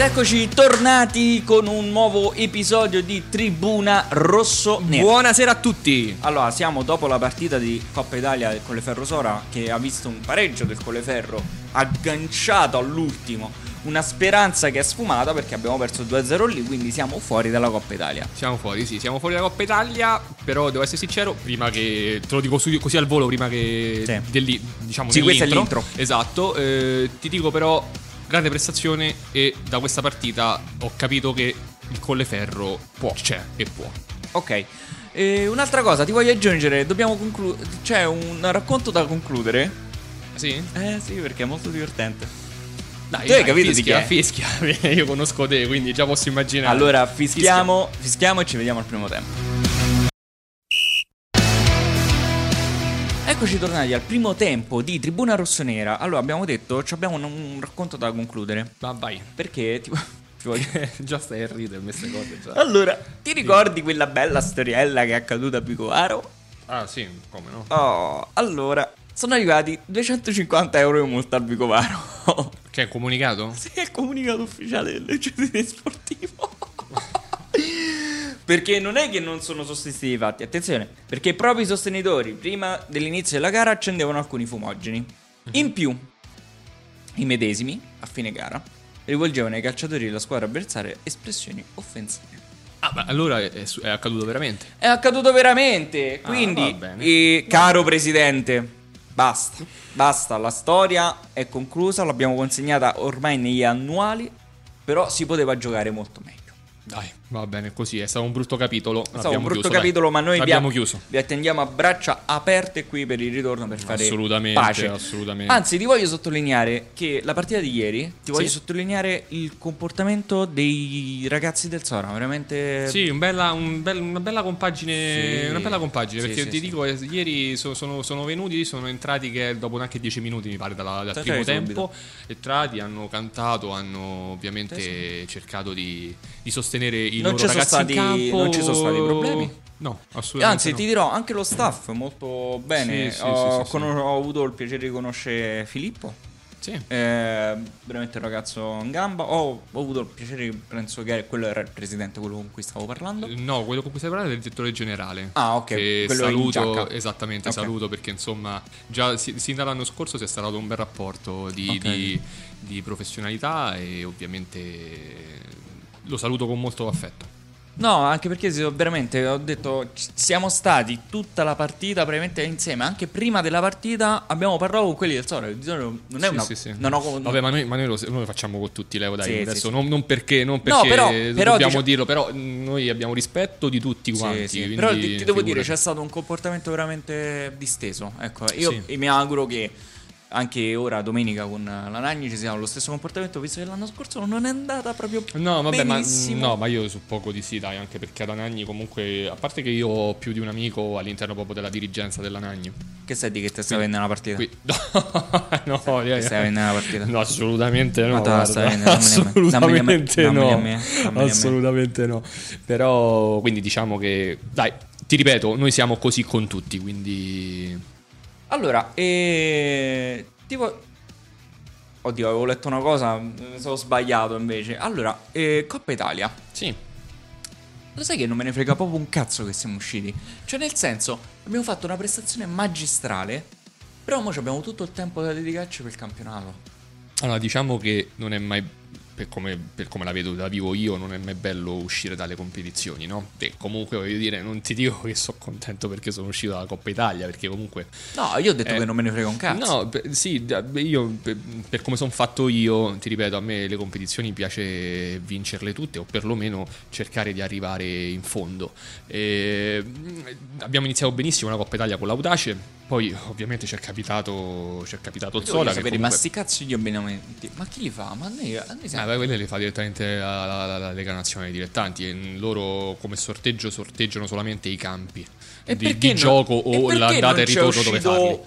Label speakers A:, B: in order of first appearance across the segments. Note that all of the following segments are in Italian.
A: eccoci tornati con un nuovo episodio di Tribuna Rosso Nero.
B: Buonasera a tutti.
A: Allora, siamo dopo la partita di Coppa Italia del Colleferro Sora che ha visto un pareggio del Colleferro agganciato all'ultimo. Una speranza che è sfumata perché abbiamo perso 2-0 lì, quindi siamo fuori dalla Coppa Italia.
B: Siamo fuori, sì, siamo fuori dalla Coppa Italia, però devo essere sincero, prima che te lo dico su- così al volo, prima che
A: Sì.
B: dell'i- diciamo
A: Sì, questa è
B: dell'intro.
A: l'intro.
B: Esatto, eh, ti dico però grande prestazione e da questa partita ho capito che il Colleferro può c'è e può.
A: Ok. Eh, un'altra cosa, ti voglio aggiungere, dobbiamo concludere. C'è un racconto da concludere?
B: Sì?
A: Eh sì, perché è molto divertente.
B: Dai,
A: Tu hai capito di chi
B: fischia,
A: è?
B: fischia. Io conosco te, quindi già posso immaginare.
A: Allora, fischiamo, fischiamo e ci vediamo al primo tempo. Eccoci tornati al primo tempo di Tribuna Rossonera. Allora, abbiamo detto, ci abbiamo un, un racconto da concludere.
B: Ma vai.
A: Perché ti, ti voglio...
B: già stai a ridere queste cose. Già.
A: Allora, ti ricordi quella bella storiella che è accaduta a Picoaro?
B: Ah, sì, come no?
A: Oh, allora, sono arrivati 250 euro in multa al Vicovaro.
B: Che è comunicato?
A: Se è il comunicato ufficiale dell'ECD sportivo. Perché non è che non sono sostituiti i fatti, attenzione, perché proprio i sostenitori prima dell'inizio della gara accendevano alcuni fumogeni. In più, i medesimi, a fine gara, rivolgevano ai calciatori della squadra avversaria espressioni offensive.
B: Ah, ma allora è, è su- è accaduto veramente.
A: È accaduto veramente.
B: Ah,
A: Quindi,
B: va bene.
A: eh, caro presidente, basta. Basta, la storia è conclusa, l'abbiamo consegnata ormai negli annuali, però si poteva giocare molto meglio.
B: Dai, va bene, così è stato un brutto capitolo.
A: È stato un
B: Abbiamo
A: brutto
B: chiuso, dai.
A: capitolo, ma noi vi,
B: abbiamo
A: a-
B: chiuso.
A: vi attendiamo a braccia aperte qui per il ritorno per fare
B: Assolutamente,
A: pace.
B: assolutamente.
A: Anzi, ti voglio sottolineare che la partita di ieri, ti voglio
B: Sì.
A: sottolineare il comportamento dei ragazzi del Sora, veramente
B: Sì, un bella- un bel- una bella compagine.
A: Eh, Sì.
B: Una bella compagine.
A: Sì,
B: perché
A: sì,
B: ti
A: sì.
B: dico, eh, ieri so- sono, sono venuti, sono entrati che dopo neanche 10 minuti, mi pare, dalla- dal
A: Sì,
B: primo
A: sì,
B: tempo. Entrati, hanno cantato, hanno ovviamente cercato di, di sostenere i
A: Non
B: loro
A: ci sono
B: ragazzi in
A: stati-
B: campo.
A: non ci sono stati problemi?
B: No, assolutamente.
A: Anzi,
B: no.
A: ti dirò anche lo staff molto bene.
B: Sì, sì,
A: ho,
B: sì, sì, sì.
A: con- ho avuto il piacere di conoscere Filippo,
B: Sì.
A: eh, veramente un ragazzo in gamba. Ho, ho avuto il piacere, penso che quello era il presidente, quello con cui stavo parlando.
B: No, quello con cui stai parlando è il direttore generale.
A: Ah, ok,
B: Che
A: quello in
B: saluto,
A: giacca.
B: esattamente,
A: Ok.
B: saluto perché insomma, già si- sin dall'anno scorso c'è stato un bel rapporto di,
A: Ok.
B: di- di professionalità e ovviamente lo saluto con molto affetto.
A: No, anche perché si- veramente ho detto, ci- siamo stati tutta la partita praticamente insieme. Anche prima della partita abbiamo parlato con quelli del Sole. Di solito non è
B: Sì,
A: una.
B: sì, sì.
A: Non ho,
B: Vabbè, ma noi, ma noi lo, noi lo facciamo con tutti, Leo. Dai,
A: Sì, sì,
B: adesso
A: sì.
B: Non, non perché, non perché
A: però- però
B: dobbiamo
A: dicia-
B: dirlo, però noi abbiamo rispetto di tutti
A: Sì,
B: quanti.
A: sì.
B: quindi
A: Però ti, ti devo dire, cioè,
B: figurati.
A: c'è stato un comportamento veramente disteso. Ecco, io
B: Sì.
A: e mi auguro che anche ora, domenica, con la Nagni ci sia lo stesso comportamento, visto che l'anno scorso non è andata proprio
B: No, vabbè, ma,
A: benissimo.
B: no, ma io suppongo di sì, dai, anche perché ad Anagni comunque, a parte che io ho più di un amico all'interno proprio della dirigenza dell'Anagni.
A: Che sai di che te stai vendendo la partita?
B: Qui, no, no,
A: Ti stai vendendo la partita?
B: No, assolutamente no.
A: Ma te la stai
B: guarda,
A: vendendo, dammeli a me,
B: assolutamente
A: dammeli a
B: no.
A: me, dammeli a me.
B: Assolutamente no. Però, quindi diciamo che, dai, ti ripeto, noi siamo così con tutti, quindi...
A: Allora, eh, tipo... Oddio, avevo letto una cosa, mi sono sbagliato invece. Allora, eh, Coppa Italia.
B: Sì,
A: Lo sai che non me ne frega proprio un cazzo che siamo usciti? Cioè, nel senso, abbiamo fatto una prestazione magistrale, però ora abbiamo tutto il tempo da dedicarci per il campionato.
B: Allora, diciamo che non è mai. Per come, per come la vedo da vivo io, non è mai bello uscire dalle competizioni, no? E comunque voglio dire, non ti dico che sono contento perché sono uscito dalla Coppa Italia, perché comunque.
A: No, io ho detto
B: Eh,
A: che non me ne frega un cazzo.
B: No, beh, sì, da- beh, io per, per come sono fatto io, ti ripeto, a me le competizioni piace vincerle tutte o perlomeno cercare di arrivare in fondo. E, mm, abbiamo iniziato benissimo la Coppa Italia con l'Audace, poi ovviamente ci è capitato, ci è capitato il
A: Io voglio
B: Sola. che
A: sapere, ma
B: comunque-
A: sti cazzo gli abbinamenti, ma chi li fa? Ma noi, a noi
B: Ah,
A: siamo...
B: beh, quelle le fa direttamente la, la- la- la Lega Nazionale direttanti e mm, loro come sorteggio sorteggiano solamente i campi
A: E
B: di,
A: perché
B: di
A: non-
B: gioco
A: e
B: o
A: perché
B: l'andata e
A: non c'è
B: il ritorno dove
A: uscito
B: farli.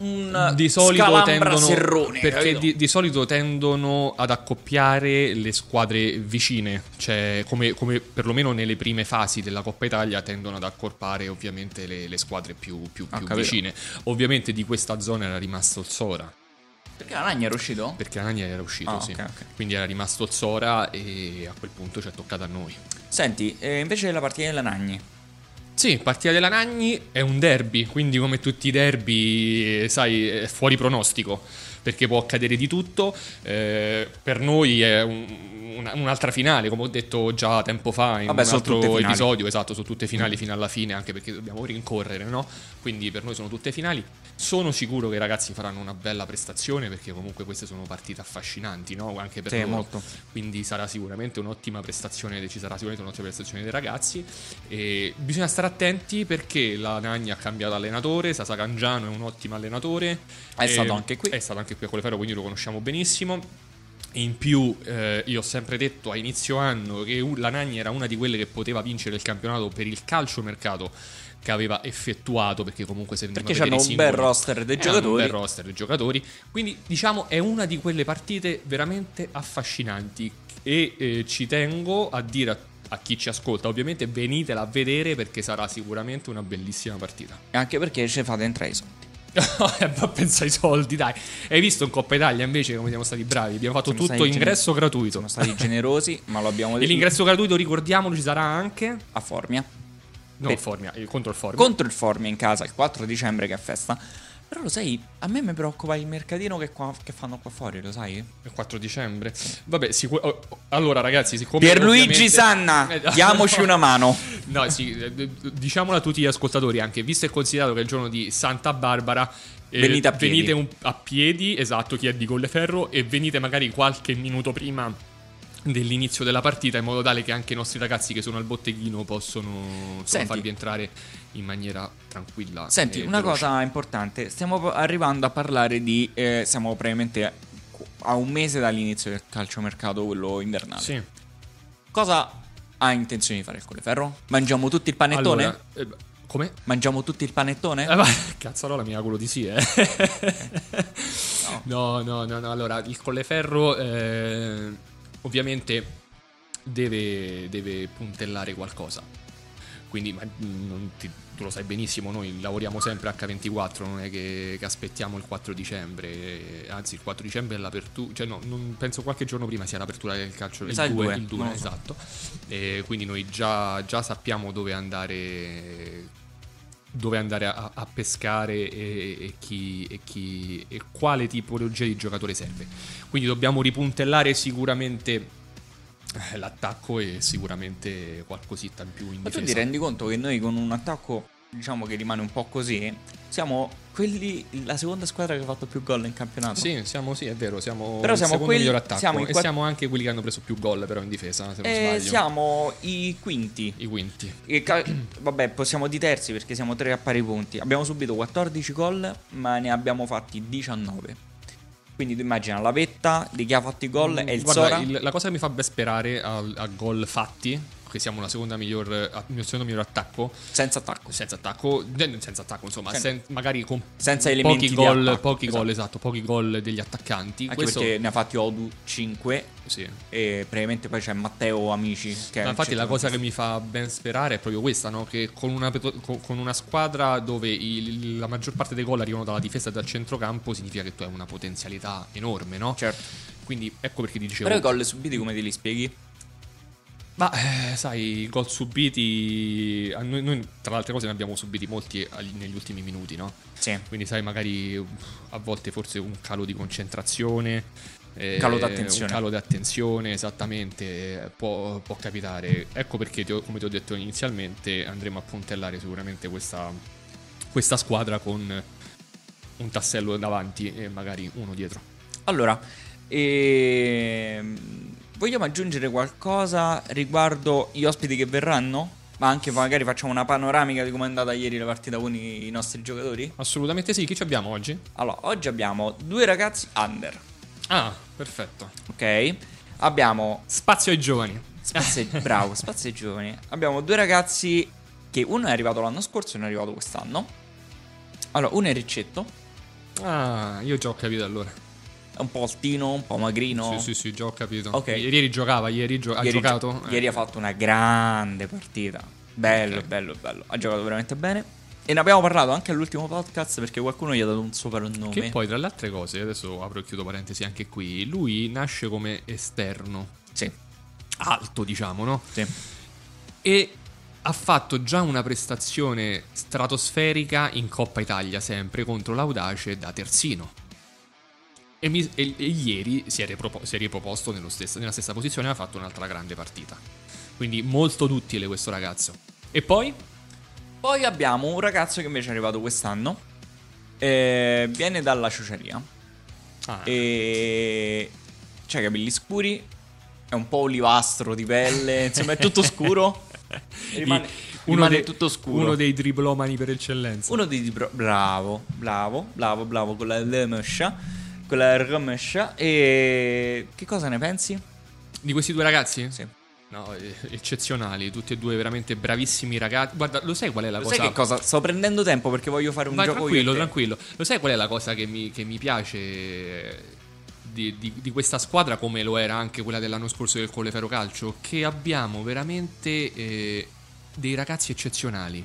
A: Un
B: Di solito
A: Scalambra
B: tendono,
A: serrone,
B: perché
A: capito?
B: di, di solito tendono ad accoppiare le squadre vicine, cioè come, come perlomeno nelle prime fasi della Coppa Italia tendono ad accorpare ovviamente le, le squadre più, più-
A: Ah,
B: più
A: capito.
B: vicine. Ovviamente di questa zona era rimasto il Sora.
A: Perché la lagna era uscito?
B: Perché Anania era uscito,
A: Ah,
B: sì.
A: ok, ok.
B: Quindi era rimasto Zora e a quel punto ci è toccata a noi.
A: Senti, eh, invece della partita della Nagni.
B: Sì, partita della Nagni è un derby, quindi come tutti i derby, eh, sai, è fuori pronostico, perché può accadere di tutto. Eh, per noi è un- una- un'altra finale, come ho detto già tempo fa in
A: Vabbè,
B: un
A: sono tutte
B: altro
A: finali. Mm.
B: episodio, esatto, sono tutte finali fino alla fine, anche perché dobbiamo rincorrere, no? Quindi per noi sono tutte finali. Sono sicuro che i ragazzi faranno una bella prestazione, perché comunque queste sono partite affascinanti, no? Anche per
A: Sì,
B: loro
A: molto.
B: quindi sarà sicuramente un'ottima prestazione ci sarà sicuramente un'ottima prestazione dei ragazzi e bisogna stare attenti perché la Nagna ha cambiato allenatore Sasa Cangiano è un ottimo allenatore
A: È
B: E-
A: stato anche qui.
B: è stato anche qui a Colefero quindi lo conosciamo benissimo in più, eh, io ho sempre detto a inizio anno che u- la Nagna era una di quelle che poteva vincere il campionato per il calciomercato che aveva effettuato, perché comunque se andiamo
A: Perché
B: a vedere
A: c'hanno
B: i
A: un
B: singoli-
A: bel roster dei
B: eh, hanno un
A: giocatori.
B: bel roster dei giocatori. Quindi, diciamo, è una di quelle partite veramente affascinanti. E eh, ci tengo a dire a, a chi ci ascolta, ovviamente, venitela a vedere perché sarà sicuramente una bellissima partita.
A: Anche perché ce fate entrare i soldi.
B: Eh, Ma pensa ai soldi, dai. Hai visto in Coppa Italia invece come siamo stati bravi? Abbiamo fatto
A: Siamo
B: tutto
A: stati
B: ingresso gratuito.
A: Sono stati generosi, ma lo abbiamo
B: E
A: detto
B: l'ingresso gratuito, ricordiamolo, ci sarà anche.
A: a Formia.
B: No,
A: Beh.
B: il Formia, eh, contro il Formia.
A: Contro il Formia in casa il 4 dicembre che è festa. Però lo sai, a me mi preoccupa il mercatino che, qua- che fanno qua fuori, lo sai?
B: Il 4 dicembre. Vabbè, sicur- oh, oh, allora ragazzi, siccome
A: Pierluigi
B: ovviamente-
A: Sanna,
B: Eh, no.
A: diamoci una mano.
B: No, sì, eh, d- d- diciamolo a tutti gli ascoltatori anche, visto e considerato che è il giorno di Santa Barbara, eh,
A: Venite a piedi.
B: venite un- a piedi, esatto, chi è di Colleferro, e venite magari qualche minuto prima dell'inizio della partita in modo tale che anche i nostri ragazzi che sono al botteghino possono insomma,
A: Senti.
B: farvi entrare in maniera tranquilla.
A: Senti,
B: e
A: una
B: Eh, veloce.
A: cosa importante, stiamo po- arrivando a parlare di... eh, siamo praticamente a un mese dall'inizio del calciomercato, quello invernale.
B: Sì.
A: Cosa ha intenzione di fare il Colleferro? Mangiamo tutti il panettone?
B: Allora, eh, come?
A: Mangiamo tutti il panettone?
B: Eh, ma- Cazzarola mi auguro di sì, eh. No, no, no, no. Allora, il Colleferro eh, ovviamente deve, deve puntellare qualcosa. Quindi, ma, mm, non ti- tu lo sai benissimo, noi lavoriamo sempre H24, non è che, che aspettiamo il 4 dicembre. eh, Anzi, il 4 dicembre è l'apertura, cioè no, non- penso qualche giorno prima sia l'apertura del calcio.
A: Mi sa il
B: 2,
A: due,
B: il 2,
A: non lo so.
B: esatto. E quindi noi già, già sappiamo dove andare dove andare a, a pescare e, e chi, e chi- e quale tipologia di giocatore serve. Quindi dobbiamo ripuntellare sicuramente eh, l'attacco e sicuramente qualcosetta in più in
A: Ma tu
B: difesa.
A: ti rendi conto che noi con un attacco, diciamo che rimane un po' così, siamo quelli, la seconda squadra che ha fatto più gol in campionato?
B: Sì, siamo, sì, è vero, siamo
A: Però
B: il
A: siamo
B: secondo
A: quelli-
B: miglior attacco
A: siamo in
B: e
A: quatt-
B: siamo anche quelli che hanno preso più gol però in difesa, se non
A: E
B: sbaglio.
A: Eh, siamo i quinti.
B: I quinti.
A: E ca- vabbè, possiamo di terzi perché siamo tre a pari punti. Abbiamo subito 14 gol, ma ne abbiamo fatti 19. Quindi tu immagina la vetta di chi ha fatto i gol è il
B: Mm, Guarda,
A: Sora.
B: il- la cosa che mi fa ben sperare al- a, gol fatti, che siamo la seconda miglior, a- il secondo miglior attacco,
A: Senza attacco.
B: senza attacco, de- senza attacco insomma,
A: Sen-
B: sen- magari con
A: Senza elementi
B: pochi
A: di
B: gol,
A: attacco,
B: pochi
A: esatto.
B: gol, esatto, pochi gol degli attaccanti.
A: Anche
B: Questo,
A: perché Eh, ne ha fatti Odu 5
B: sì.
A: e praticamente poi c'è Matteo Amici. Che è un
B: Ma infatti la cosa
A: centrocampista.
B: che mi fa ben sperare è proprio questa, no? che con una, con- con una squadra dove il- la maggior parte dei gol arrivano dalla difesa e dal centrocampo significa che tu hai una potenzialità enorme, no?
A: Certo.
B: Quindi ecco perché ti dicevo...
A: Però i gol subiti come te li spieghi?
B: Ma eh, sai, i gol subiti. a Noi, noi, tra le altre cose, ne abbiamo subiti molti agli- negli ultimi minuti, no?
A: Sì.
B: Quindi, sai, magari uff, a volte forse un calo di concentrazione. eh,
A: Calo d'attenzione.
B: Un calo di attenzione, esattamente. eh, Può, può capitare. Ecco perché, ti ho- come ti ho detto inizialmente, andremo a puntellare sicuramente questa, questa squadra con un tassello davanti e magari uno dietro.
A: Allora, ehm, vogliamo aggiungere qualcosa riguardo gli ospiti che verranno? Ma anche magari facciamo una panoramica di come è andata ieri la partita con i, i nostri giocatori?
B: Assolutamente sì. Chi ci abbiamo oggi?
A: Allora, oggi abbiamo due ragazzi under,
B: Ah, perfetto.
A: ok? Abbiamo
B: Spazio ai giovani.
A: Spazio, bravo, Spazio ai Giovani. Abbiamo due ragazzi che uno è arrivato l'anno scorso e uno è arrivato quest'anno. Allora, uno è Riccetto,
B: Ah, io già ho capito allora.
A: è un po' altino, un po' magrino.
B: Sì, sì, sì, già ho capito.
A: Ok.
B: I- Ieri giocava, ieri gio- ha
A: Ieri
B: giocato. eh.
A: gio- ieri ha fatto una grande partita. Bello,
B: Ok.
A: bello, bello. Ha giocato veramente bene. e ne abbiamo parlato anche all'ultimo podcast perché qualcuno gli ha dato un soprannome.
B: Che poi, tra le altre cose, adesso apro e chiudo parentesi anche qui, lui nasce come esterno,
A: Sì,
B: alto diciamo, no?
A: sì.
B: E ha fatto già una prestazione stratosferica in Coppa Italia sempre contro l'Audace da terzino. E, mi- e- e ieri si è, ripropo- si è riproposto nello stesso- nella stessa posizione e ha fatto un'altra grande partita. Quindi molto duttile questo ragazzo. E poi?
A: Poi abbiamo un ragazzo che invece è arrivato quest'anno. eh, viene dalla ciociaria.
B: Ah,
A: E c'ha i capelli scuri. È un po' olivastro di pelle. Insomma, è tutto scuro. Rimane, rimane tutto scuro.
B: Uno dei driblomani per eccellenza.
A: Uno dei bro- bravo, bravo, bravo, bravo con la L mescia, con la R mescia e che cosa ne pensi?
B: Di questi due ragazzi?
A: Sì.
B: No, eh, eccezionali, tutti e due veramente bravissimi ragazzi. Guarda, lo sai qual è la
A: Lo
B: cosa?
A: sai che cosa? Sto prendendo tempo perché voglio fare un
B: Vai,
A: gioco
B: tranquillo,
A: io e te.
B: tranquillo. Lo sai qual è la cosa che mi, che mi piace eh, di, di- di questa squadra, come lo era anche quella dell'anno scorso del Collefero Calcio? Che abbiamo veramente eh, dei ragazzi eccezionali.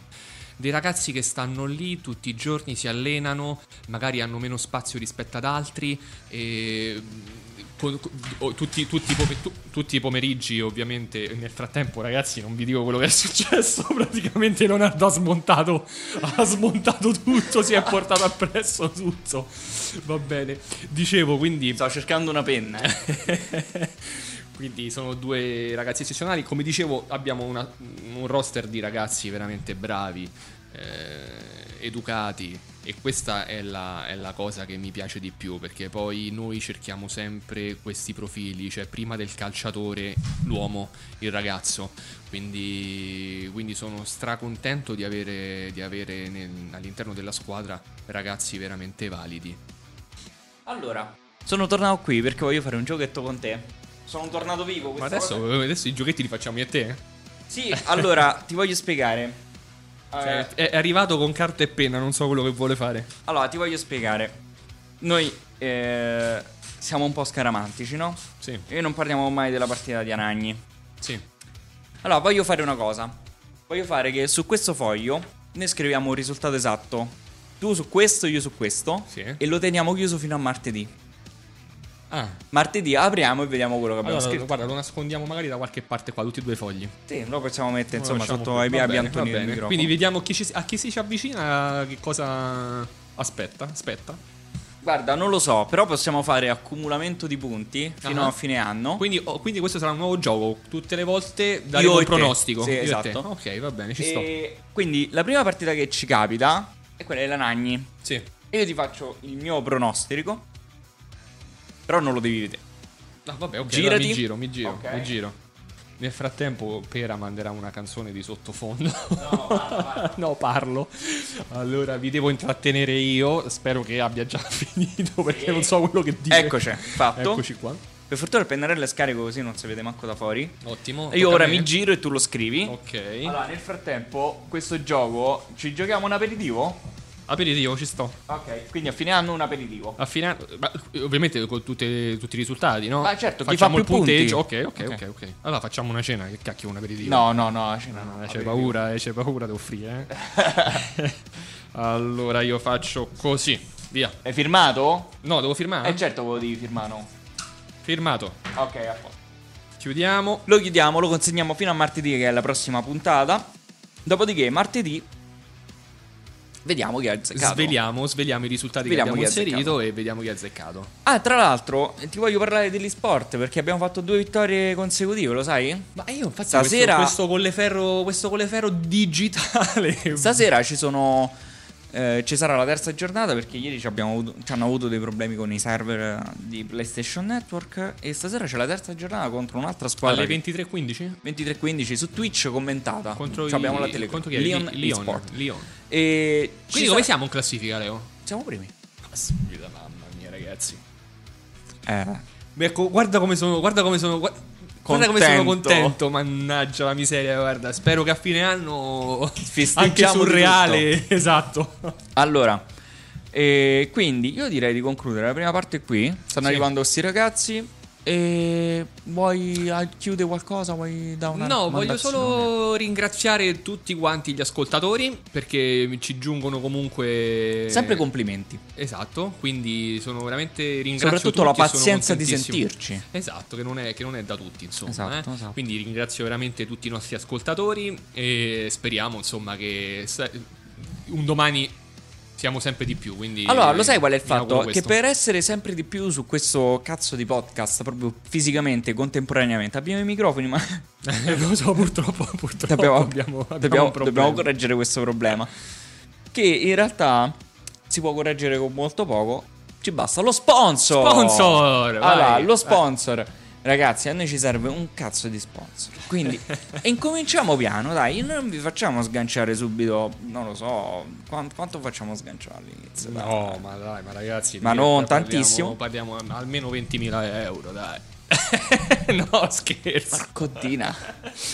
B: Dei ragazzi che stanno lì tutti i giorni, si allenano, magari hanno meno spazio rispetto ad altri. E con- con- o tutti, tutti i pome- tu- tutti i pomeriggi, ovviamente. Nel frattempo, ragazzi, non vi dico quello che è successo. Praticamente Leonardo ha smontato, ha smontato tutto, si è portato appresso tutto. Va bene. Dicevo quindi.
A: Sto cercando una penna. eh.
B: Quindi sono due ragazzi eccezionali. Come dicevo, abbiamo una- un roster di ragazzi veramente bravi, eh, educati. E questa è la, è la cosa che mi piace di più, perché poi noi cerchiamo sempre questi profili, cioè prima del calciatore l'uomo, il ragazzo. Quindi, quindi sono stracontento di avere, di avere nel- all'interno della squadra ragazzi veramente validi.
A: Allora, sono tornato qui perché voglio fare un giochetto con te. Sono tornato vivo.
B: Ma
A: questa volta-
B: adesso, adesso i giochetti li facciamo io e te? eh?
A: Sì, allora ti voglio spiegare. Eh,
B: Cioè, è è arrivato con carta e penna, non so quello che vuole fare.
A: allora ti voglio spiegare. Noi eh, siamo un po' scaramantici, no?
B: Sì,
A: E non parliamo mai della partita di Aragni.
B: sì.
A: Allora, voglio fare una cosa. Voglio fare che su questo foglio ne scriviamo un risultato esatto. Tu su questo, io su questo.
B: Sì.
A: E lo teniamo chiuso fino a martedì.
B: Ah,
A: Martedì apriamo e vediamo quello che abbiamo
B: allora,
A: scritto.
B: guarda, lo nascondiamo magari da qualche parte qua, tutti e due i fogli.
A: Sì, lo possiamo mettere
B: Lo
A: insomma
B: lasciamo
A: sotto
B: qui.
A: ai
B: Va
A: piedi
B: bene,
A: Antonio
B: va
A: del
B: bene.
A: microfono.
B: Quindi vediamo chi ci si- a chi si ci avvicina, che cosa aspetta, aspetta.
A: Guarda, non lo so, però possiamo fare accumulamento di punti fino
B: Ah.
A: a fine anno.
B: Quindi, oh, quindi questo sarà un nuovo gioco, tutte le volte daremo
A: Io e
B: un
A: te.
B: pronostico.
A: Sì,
B: Io e
A: esatto.
B: te. Ok, va bene, ci sto.
A: E quindi la prima partita che ci capita è quella della Nagni.
B: Sì.
A: E io ti faccio il mio pronostico. Però non lo devi vedere.
B: No, vabbè, ok,
A: Girati.
B: allora mi giro, mi giro,
A: Ok.
B: mi giro. Nel frattempo Pera manderà una canzone di sottofondo.
A: No, parla, parla.
B: no, parlo. Allora vi devo intrattenere io, spero che abbia già finito perché non so quello che dire.
A: Eccoci, fatto.
B: Eccoci qua.
A: Per fortuna il pennarello è scarico così non si vede manco da fuori.
B: Ottimo.
A: E io
B: tocca
A: ora
B: a me.
A: mi giro e tu lo scrivi.
B: Ok.
A: Allora, nel frattempo, questo gioco ci giochiamo un aperitivo?
B: Aperitivo, ci sto.
A: Ok, quindi a fine anno un aperitivo.
B: A fine ma, eh, ovviamente con tutte- tutti i risultati, no?
A: Ma certo, chi
B: facciamo
A: fa
B: il
A: più punti.
B: punteggio. Ok, ok,
A: Ok.
B: ok, ok. Allora facciamo una cena, che cacchio, un aperitivo.
A: No, no, no, ce n'è
B: Ah,
A: no,
B: c'è paura, eh, c'è paura di offrire. eh. allora io faccio così, via.
A: Hai firmato?
B: No, devo firmare?
A: Eh certo che lo devi firmare, no?
B: Firmato.
A: Ok, a posto.
B: Chiudiamo.
A: Lo chiudiamo, lo consegniamo fino a martedì che è la prossima puntata. Dopodiché martedì vediamo chi ha azzeccato.
B: Sveliamo, sveliamo i risultati
A: Sveliamo
B: che
A: chi ha
B: abbiamo
A: azzeccato.
B: inserito e vediamo chi ha azzeccato.
A: Ah, tra l'altro, ti voglio parlare degli sport perché abbiamo fatto due vittorie consecutive, lo sai?
B: Ma io infatti
A: Stasera-
B: questo, questo colleferro, questo colleferro digitale.
A: Stasera ci sono. eh, ci sarà la terza giornata perché ieri ci, abbiamo avuto- ci hanno avuto dei problemi con i server eh, di PlayStation Network. E stasera c'è la terza giornata contro un'altra squadra.
B: Alle
A: che-
B: 23.15?
A: 23.15 su Twitch commentata.
B: Contro
A: Ci
B: i-
A: abbiamo la telecamera.
B: contro chi è?
A: Leon,
B: Li- Lyon,
A: Esport.
B: Lyon.
A: E ci
B: Quindi
A: sarà-
B: come siamo in classifica, Leo?
A: Siamo primi.
B: Aspetta, mamma mia, ragazzi.
A: Eh.
B: Beh, co- guarda come sono, guarda come sono, guarda, guarda come sono
A: Contento.
B: contento, mannaggia la miseria, guarda, spero che a fine anno
A: Festeggiamo
B: anche sul
A: di
B: reale, esatto.
A: Allora, eh, quindi io direi di concludere la prima parte qui. Stanno
B: Sì.
A: arrivando questi ragazzi. E vuoi chiudere qualcosa? Vuoi dare una
B: No, voglio
A: raccomandazione?
B: solo ringraziare tutti quanti gli ascoltatori perché ci giungono comunque
A: Eh, Sempre complimenti.
B: Esatto, quindi sono veramente ringrazio
A: Soprattutto la
B: tutti e sono
A: pazienza di
B: contentissimo.
A: sentirci.
B: Esatto, che non è, che non è da tutti, insomma.
A: Esatto,
B: eh.
A: esatto.
B: Quindi ringrazio veramente tutti i nostri ascoltatori e speriamo, insomma, che sa- un domani siamo sempre di più. Quindi
A: Allora, lo sai qual è il
B: mi auguro
A: fatto? Che
B: questo.
A: per essere sempre di più su questo cazzo di podcast, proprio fisicamente, contemporaneamente, abbiamo i microfoni, ma
B: lo so, purtroppo, purtroppo
A: dobbiamo,
B: abbiamo, abbiamo
A: dobbiamo-
B: un problema.
A: dobbiamo correggere questo problema. Che in realtà si può correggere con molto poco. Ci basta lo sponsor.
B: Sponsor, vai.
A: Allora, lo sponsor. Ragazzi, a noi ci serve un cazzo di sponsor. Quindi, e incominciamo piano, dai. Non vi facciamo sganciare subito. Non lo so. quan- quanto facciamo sganciarli? Inizio, dai.
B: No, ma dai, ma ragazzi.
A: Ma
B: lì
A: non
B: parliamo-
A: tantissimo.
B: Parliamo almeno 20.000 euro, dai. no, scherzo.
A: Marcottina.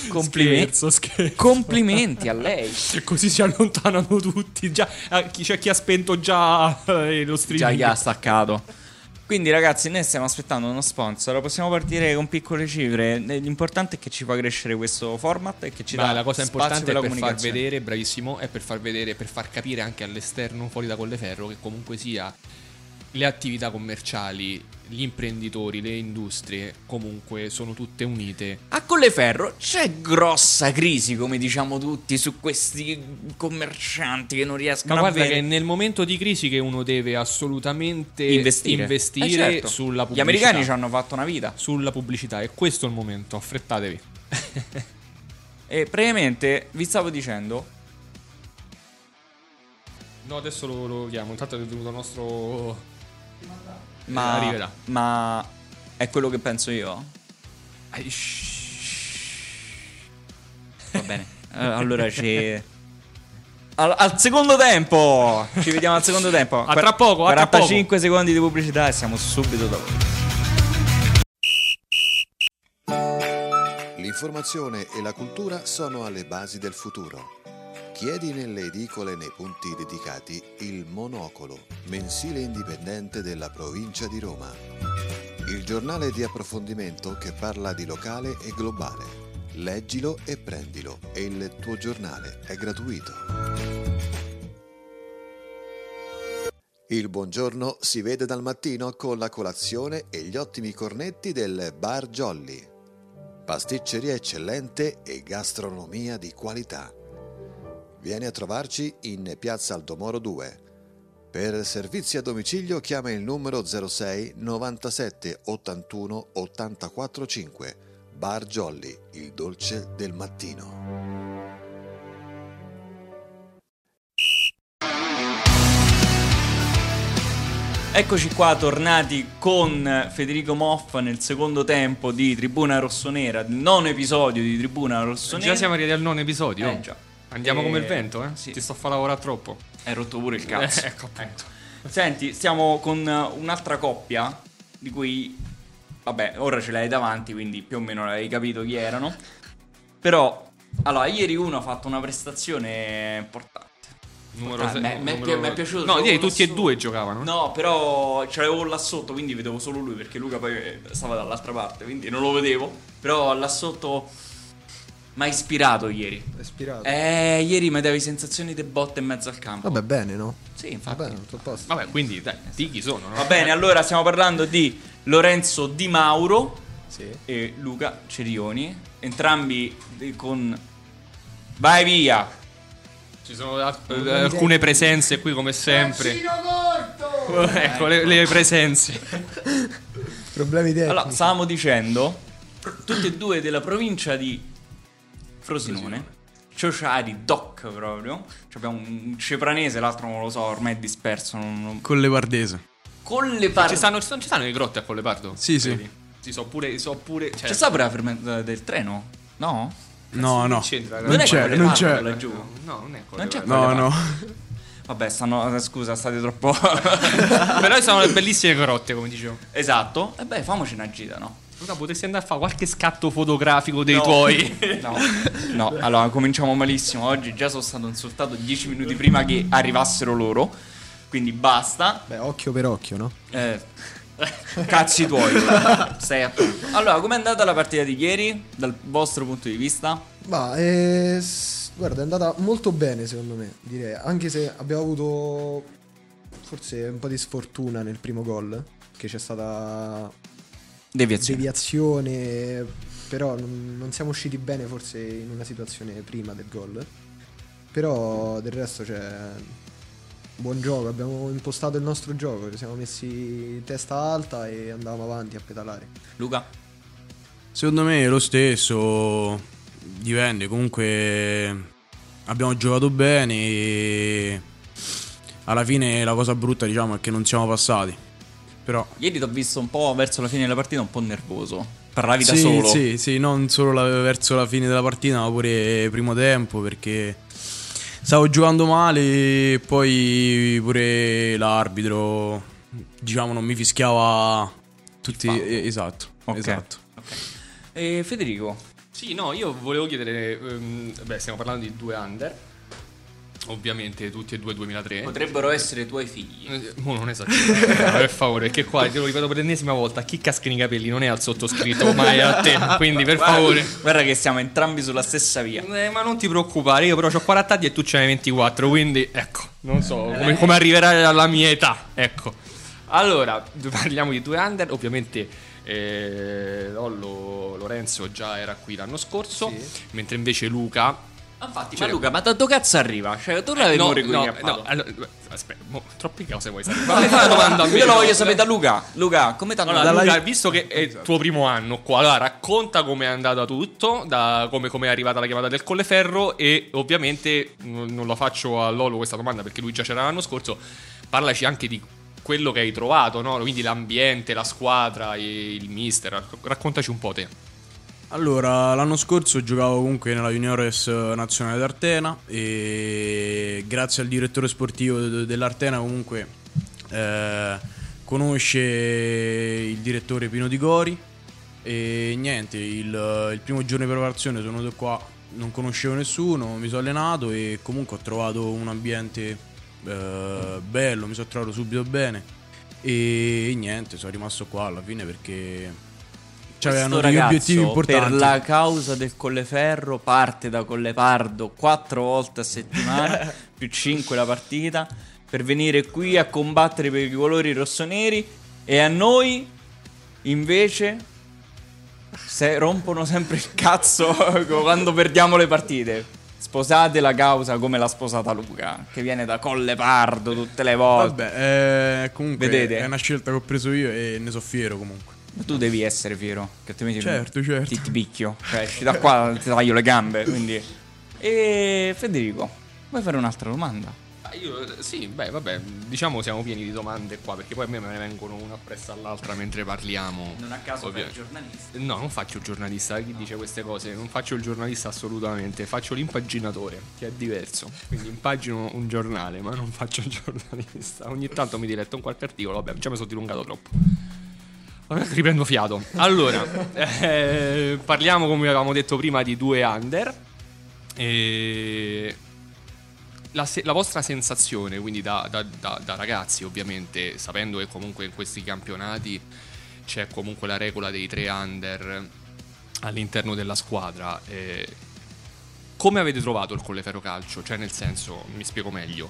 A: Complimenti.
B: Scherzo, scherzo.
A: Complimenti a lei.
B: Così si allontanano tutti. Già, eh, chi- c'è chi ha spento già eh, lo
A: Già
B: streaming.
A: gli ha staccato. Quindi ragazzi, noi stiamo aspettando uno sponsor, possiamo partire con piccole cifre, Eh, l'importante è che ci fa crescere questo format e che ci
B: Ma
A: dà
B: la cosa
A: spazio per
B: importante è
A: la
B: per far
A: comunicazione.
B: vedere, bravissimo, è per far vedere, per far capire anche all'esterno, fuori da Colleferro, che comunque sia le attività commerciali, gli imprenditori, le industrie, comunque sono tutte unite
A: A Colleferro c'è grossa crisi, come diciamo tutti, su questi commercianti che non
B: Ma
A: riescono a
B: guarda
A: vendere.
B: che nel momento di crisi che uno deve assolutamente
A: investire,
B: investire
A: Eh, certo.
B: sulla pubblicità.
A: Gli americani ci hanno fatto una vita.
B: sulla pubblicità e questo è il momento, affrettatevi.
A: E praticamente vi stavo dicendo,
B: No, adesso lo, lo chiamo, intanto è venuto il nostro
A: ma,
B: arriverà.
A: ma è quello che penso io?
B: Ai, shh.
A: Va bene. Eh, Allora ci. Al, al secondo tempo! Ci vediamo al secondo tempo.
B: A tra poco, a tra poco.
A: 45 secondi di pubblicità e siamo subito dopo.
C: L'informazione e la cultura sono alle basi del futuro. Chiedi nelle edicole e nei punti dedicati il Monocolo, mensile indipendente della provincia di Roma. Il giornale di approfondimento che parla di locale e globale. Leggilo e prendilo e il tuo giornale è gratuito. Il buongiorno si vede dal mattino con la colazione e gli ottimi cornetti del Bar Jolly. Pasticceria eccellente e gastronomia di qualità. Vieni a trovarci in Piazza Aldomoro 2. Per servizi a domicilio chiama il numero 06 97 81 84 5. Bar Jolly, il dolce del mattino.
A: Eccoci qua, tornati con Federico Moffa nel secondo tempo di Tribuna Rossonera, del nono episodio di Tribuna Rossonera.
B: Già siamo arrivati al nono episodio.
A: Eh, già.
B: Andiamo
A: Eh,
B: come il vento, eh?
A: sì.
B: Ti sto a far lavorare troppo.
A: Hai rotto pure il
B: Eh, ecco appunto.
A: Senti, stiamo con eh, un'altra coppia di cui vabbè, ora ce l'hai davanti, quindi più o meno l'hai capito chi erano. Però allora, ieri uno ha fatto una prestazione importante.
B: Numero
A: Ah,
B: se-
A: me- me-
B: numero-
A: mi è piaciuto,
B: No,
A: c'avevo
B: ieri
A: là
B: tutti e
A: su.
B: due giocavano.
A: No, però ce l'avevo là sotto, quindi vedevo solo lui perché Luca poi eh, stava dall'altra parte, quindi non lo vedevo. Però là sotto mi ha ispirato ieri.
D: Ispirato.
A: Eh, ieri mi davi sensazioni di botte in mezzo al campo.
D: Vabbè, bene, no?
A: Sì, infatti.
D: Vabbè, tutto a posto.
B: Vabbè, quindi dai, di chi sono? no?
A: Eh, Va bene, allora stiamo parlando di Lorenzo Di Mauro
D: Sì.
A: e Luca Cerioni, entrambi di- con Vai via.
B: Ci sono al- eh, alcune presenze qui come
A: Eh,
B: sempre.
E: corto!
B: ecco le, le presenze.
D: Problemi tecnici.
A: Allora, stavamo dicendo pr- tutti e due della provincia di Frosinone. Ciociari, doc proprio. Cioè, abbiamo un cepranese, l'altro non lo so, ormai è disperso. Non, non-
F: Con le Vardese.
A: Con le parti.
B: Ci stanno, ci stanno, ci stanno le grotte a Collepardo?
F: Sì, sì.
B: Vedi? Sì, so pure. So pure cioè,
A: C'è sta pure la fermata del treno? No?
F: No, no.
B: c'entra,
A: Eh Non, è
B: ragazzi.
F: c'è,
A: con le
F: non
A: parti,
F: c'è.
A: quella giù.
B: No, non è
A: Non c'è
B: Collepardo.
F: No, no.
A: Vabbè, stanno. eh, Scusa, state troppo.
B: Però sono le bellissime grotte, come dicevo.
A: Esatto. E beh, famoci una gita, no?
B: Luca, potresti andare a fare qualche scatto fotografico dei
A: No.
B: tuoi.
A: No, no, allora cominciamo malissimo. Oggi già sono stato insultato 10 minuti prima che arrivassero loro. Quindi basta.
D: Beh, occhio per occhio, no?
A: Eh, Cazzi tuoi. Stai attento. Allora, com'è andata la partita di ieri dal vostro punto di vista?
D: Ma eh, s- guarda, è andata molto bene secondo me, direi. Anche se abbiamo avuto forse un po' di sfortuna nel primo gol, che c'è stata
A: Deviazione.
D: deviazione, però non, non siamo usciti bene forse in una situazione prima del gol. Però del resto c'è buon gioco, abbiamo impostato il nostro gioco, ci siamo messi testa alta e andavamo avanti a pedalare.
A: Luca?
E: Secondo me è lo stesso, dipende, comunque abbiamo giocato bene e alla fine la cosa brutta diciamo è che non siamo passati. Però
A: Ieri ti ho visto un po' verso la fine della partita un po' nervoso. Parlavi da
E: sì,
A: solo.
E: Sì, sì, non solo la- verso la fine della partita, ma pure primo tempo perché stavo giocando male e poi pure l'arbitro diciamo non mi fischiava tutti
A: fallo.
E: eh, esatto,
A: Ok.
E: esatto.
A: Ok. E Federico,
B: Sì, no, io volevo chiedere, ehm, beh, stiamo parlando di due under, ovviamente tutti e due 2003.
A: potrebbero essere i tuoi figli.
B: Eh, Mo non esagerare, per favore, che qua te lo ripeto per l'ennesima volta, chi cascano i capelli non è al sottoscritto, ma è a te, quindi per
A: Guarda-
B: favore.
A: Guarda che siamo entrambi sulla stessa via.
B: Eh, ma non ti preoccupare, io però ho 40 anni e tu ce n'hai 24, quindi ecco, non so come, come arriverai alla mia età, ecco. Allora, d- parliamo di due under, ovviamente eh, Lollo Lorenzo già era qui l'anno scorso, mentre invece Luca...
A: Infatti,
B: Cioè-
A: ma Luca, ma tanto cazzo arriva? Cioè, tu l'avevi
B: No,
A: pure qui
B: no,
A: a
B: no,
A: Padova.
B: allora, aspetta, mo, troppe cose vuoi sapere? Fammi fare una domanda a me.
A: Io lo voglio
B: no?
A: sapere da Luca. Luca, come tanto
B: Allora, Luca, visto che è il tuo primo anno qua, allora, racconta com'è andato tutto, da come, come è arrivata la chiamata del Colleferro e ovviamente non, non la faccio a Lolo questa domanda perché lui già c'era l'anno scorso, parlaci anche di quello che hai trovato, no? quindi l'ambiente, la squadra, e il mister, rac- raccontaci un po' te.
E: Allora, l'anno scorso giocavo comunque nella Juniores eh, Nazionale d'Artena e grazie al direttore sportivo de- dell'Artena comunque eh, conosce il direttore Pino Di Gori e niente, il, il primo giorno di preparazione sono venuto qua, non conoscevo nessuno, mi sono allenato e comunque ho trovato un ambiente eh, bello, mi sono trovato subito bene e niente, sono rimasto qua alla fine perché... C'avevano
A: Questo
E: Cioè, degli
A: ragazzo,
E: obiettivi importanti.
A: Per la causa del Colleferro parte da Collepardo quattro volte a settimana, più cinque la partita, per venire qui a combattere per i colori rossoneri e a noi invece se rompono sempre il cazzo quando perdiamo le partite. Sposate la causa come l'ha sposata Luca, che viene da Collepardo tutte le volte.
E: Vabbè, eh, comunque
A: Vedete?
E: è una scelta che ho preso io e ne sono fiero comunque.
A: Ma tu devi essere fiero, che altrimenti
E: Certo,
A: ti,
E: certo.
A: ti- ti picchio. Cioè, esci da qua, ti taglio le gambe. Quindi. E Federico, vuoi fare un'altra domanda?
B: Ah, Io, sì, beh, vabbè, diciamo siamo pieni di domande qua perché poi a me me ne vengono una appresso all'altra mentre parliamo. Ovvia-
A: giornalista.
B: No, non faccio il giornalista, chi dice queste cose? Non faccio il giornalista assolutamente, faccio l'impaginatore, che è diverso. Quindi impagino un giornale, ma non faccio il giornalista. Ogni tanto mi diletto un qualche articolo, vabbè, già mi sono dilungato troppo. Allora, riprendo fiato. Allora, eh, parliamo come avevamo detto prima di due under. E la, se- la vostra sensazione, quindi da, da- da- da ragazzi ovviamente, sapendo che comunque in questi campionati c'è comunque la regola dei tre under all'interno della squadra, eh, come avete trovato il Colleferro Calcio? Cioè nel senso, mi spiego meglio,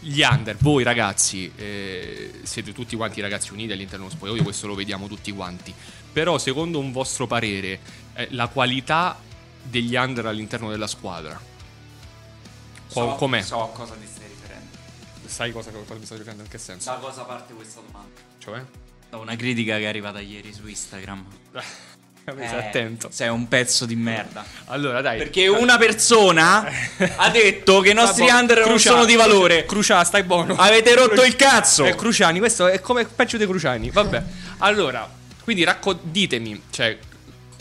B: gli under, voi ragazzi, eh, siete tutti quanti ragazzi uniti all'interno dello spogliatoio, questo lo vediamo tutti quanti, però secondo un vostro parere eh, la qualità degli under all'interno della squadra? Qual- com'è?
A: So a cosa ti stai riferendo.
B: Sai cosa, cosa mi sto riferendo? In che senso?
A: Da cosa parte questa domanda?
B: Cioè?
A: Da una critica che è arrivata ieri su Instagram. Eh,
B: Stai attento.
A: Sei un pezzo di merda.
B: Eh. Allora, dai.
A: Perché una persona ha detto che i nostri
B: Stai buono.
A: under non
B: Crucia-
A: sono di valore.
B: Crucia, stai buono.
A: Avete rotto il cazzo.
B: È Cruciani, questo è come il peggio dei Cruciani. Vabbè. Allora, quindi racco- ditemi, cioè,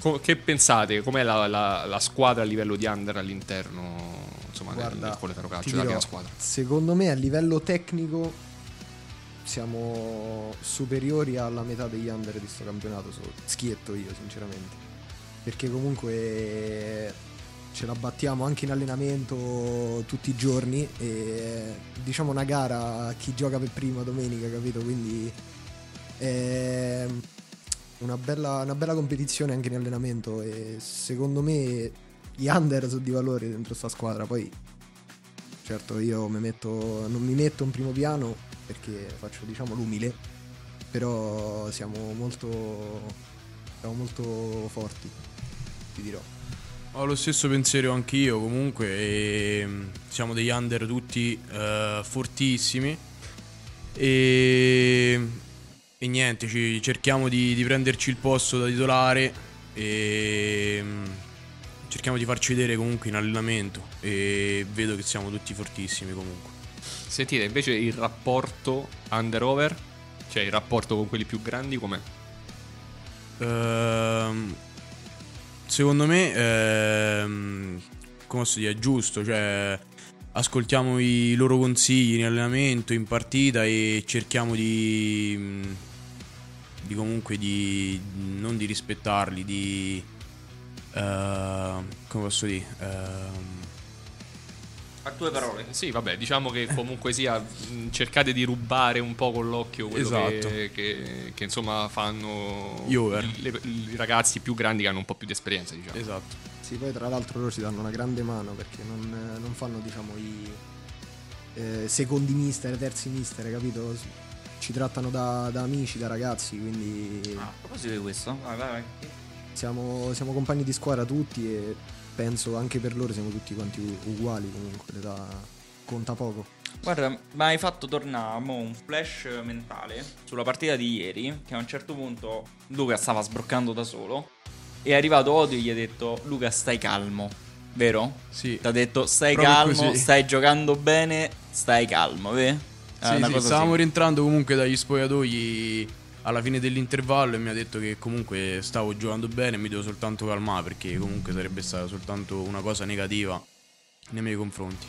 B: co- che pensate? Com'è la, la- la squadra a livello di under all'interno, insomma, del- del Colleferro
D: ti
B: Calcio, la
D: dirò,
B: prima squadra?
D: Secondo me a livello tecnico siamo superiori alla metà degli under di sto campionato, so- schietto io sinceramente. Perché comunque ce la battiamo anche in allenamento tutti i giorni e diciamo una gara a chi gioca per prima domenica, capito? Quindi È una bella, una bella competizione anche in allenamento e secondo me gli under sono di valore dentro sta squadra. Poi certo io mi metto, non mi metto in primo piano perché faccio diciamo l'umile, però siamo molto, siamo molto forti, ti dirò.
E: Ho lo stesso pensiero anch'io comunque, e, mm, siamo degli under tutti eh, fortissimi e, e niente, ci- cerchiamo di, di prenderci il posto da titolare e mm, cerchiamo di farci vedere comunque in allenamento e vedo che siamo tutti fortissimi comunque.
B: Sentite, invece il rapporto under-over, cioè il rapporto con quelli più grandi, com'è?
E: Ehm, secondo me, ehm, come posso dire, è giusto. Cioè, ascoltiamo i loro consigli in allenamento, in partita e cerchiamo di, mh, di comunque di non di rispettarli, di ehm, come posso dire. ehm,
A: A tue parole.
B: Sì, vabbè, diciamo che comunque sia, mh, cercate di rubare un po' con l'occhio quello
E: Esatto.
B: che, che- che, insomma fanno
E: Gli over.
B: le- i ragazzi più grandi che hanno un po' più di esperienza, diciamo.
E: esatto.
D: Sì, poi tra l'altro loro si danno una grande mano perché non, non fanno, diciamo, i eh, secondi mister, terzi mister, capito? S- Ci trattano da, da amici, da ragazzi, quindi
A: Ah, a proposito di questo, vai, vai, vai.
D: siamo, siamo compagni di squadra tutti e penso anche per loro siamo tutti quanti u- uguali comunque, l'età conta poco.
A: Guarda, mi hai fatto tornare mo, un flash mentale sulla partita di ieri, che a un certo punto Luca stava sbroccando da solo, è arrivato Odio e gli ha detto Luca stai calmo, vero?
E: Sì.
A: Ti ha detto stai
E: Proprio
A: calmo,
E: così.
A: stai giocando bene, stai calmo, vero?
E: Sì, sì, stavamo rientrando comunque dagli spogliatoi alla fine dell'intervallo e mi ha detto che comunque stavo giocando bene e mi devo soltanto calmare perché comunque sarebbe stata soltanto una cosa negativa nei miei confronti.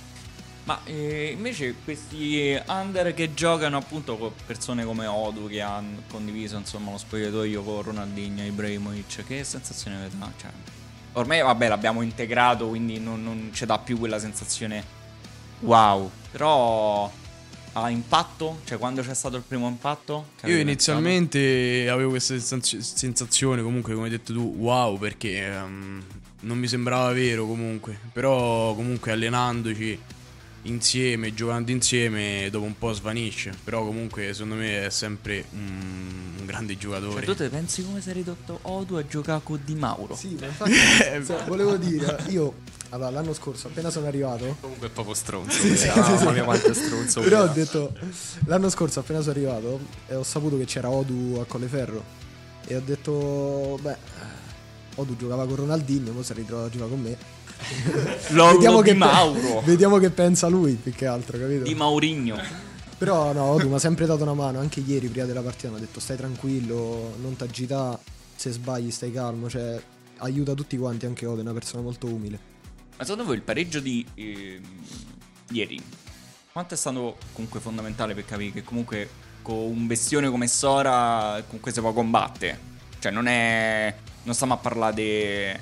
A: Ma eh, invece questi eh, under che giocano appunto con persone come Odu che hanno condiviso insomma lo spogliatoio con Ronaldinho, Ibrahimovic, che sensazione avete? Ah, cioè, ormai vabbè l'abbiamo integrato quindi non, non ci dà più quella sensazione wow, però ha impatto? Cioè quando c'è stato il primo impatto? Che
E: Io
A: avete
E: inizialmente avevo questa sensaz- sensazione, comunque, come hai detto tu, wow, perché ehm, non mi sembrava vero comunque. Però comunque allenandoci insieme, giocando insieme, dopo un po' svanisce. Però comunque secondo me è sempre un, un grande
A: pensato?
E: giocatore.
A: Cioè, tu te pensi come si è ridotto Odu a giocare con Di Mauro?
D: Sì, ma infatti cioè, volevo dire, io allora, l'anno scorso appena sono arrivato
B: Comunque è proprio stronzo. era, Mamma mia quanto è stronzo.
D: Però ho
B: era.
D: detto, l'anno scorso appena sono arrivato e ho saputo che c'era Odu a Colleferro e ho detto, beh, Odu giocava con Ronaldinho, ora si ritrova a giocare con me.
A: L'Odu Di
D: pe-
A: Mauro!
D: vediamo che pensa lui più che altro, capito?
A: Di Maurigno!
D: Però no, Odu mi ha sempre dato una mano, anche ieri prima della partita mi ha detto stai tranquillo, non t'agità, se sbagli stai calmo, cioè aiuta tutti quanti, anche Odu è una persona molto umile.
A: Ma secondo voi il pareggio di ehm, ieri quanto è stato comunque fondamentale per capire che comunque con un bestione come Sora comunque si può combattere? Cioè non è... non stiamo a parlare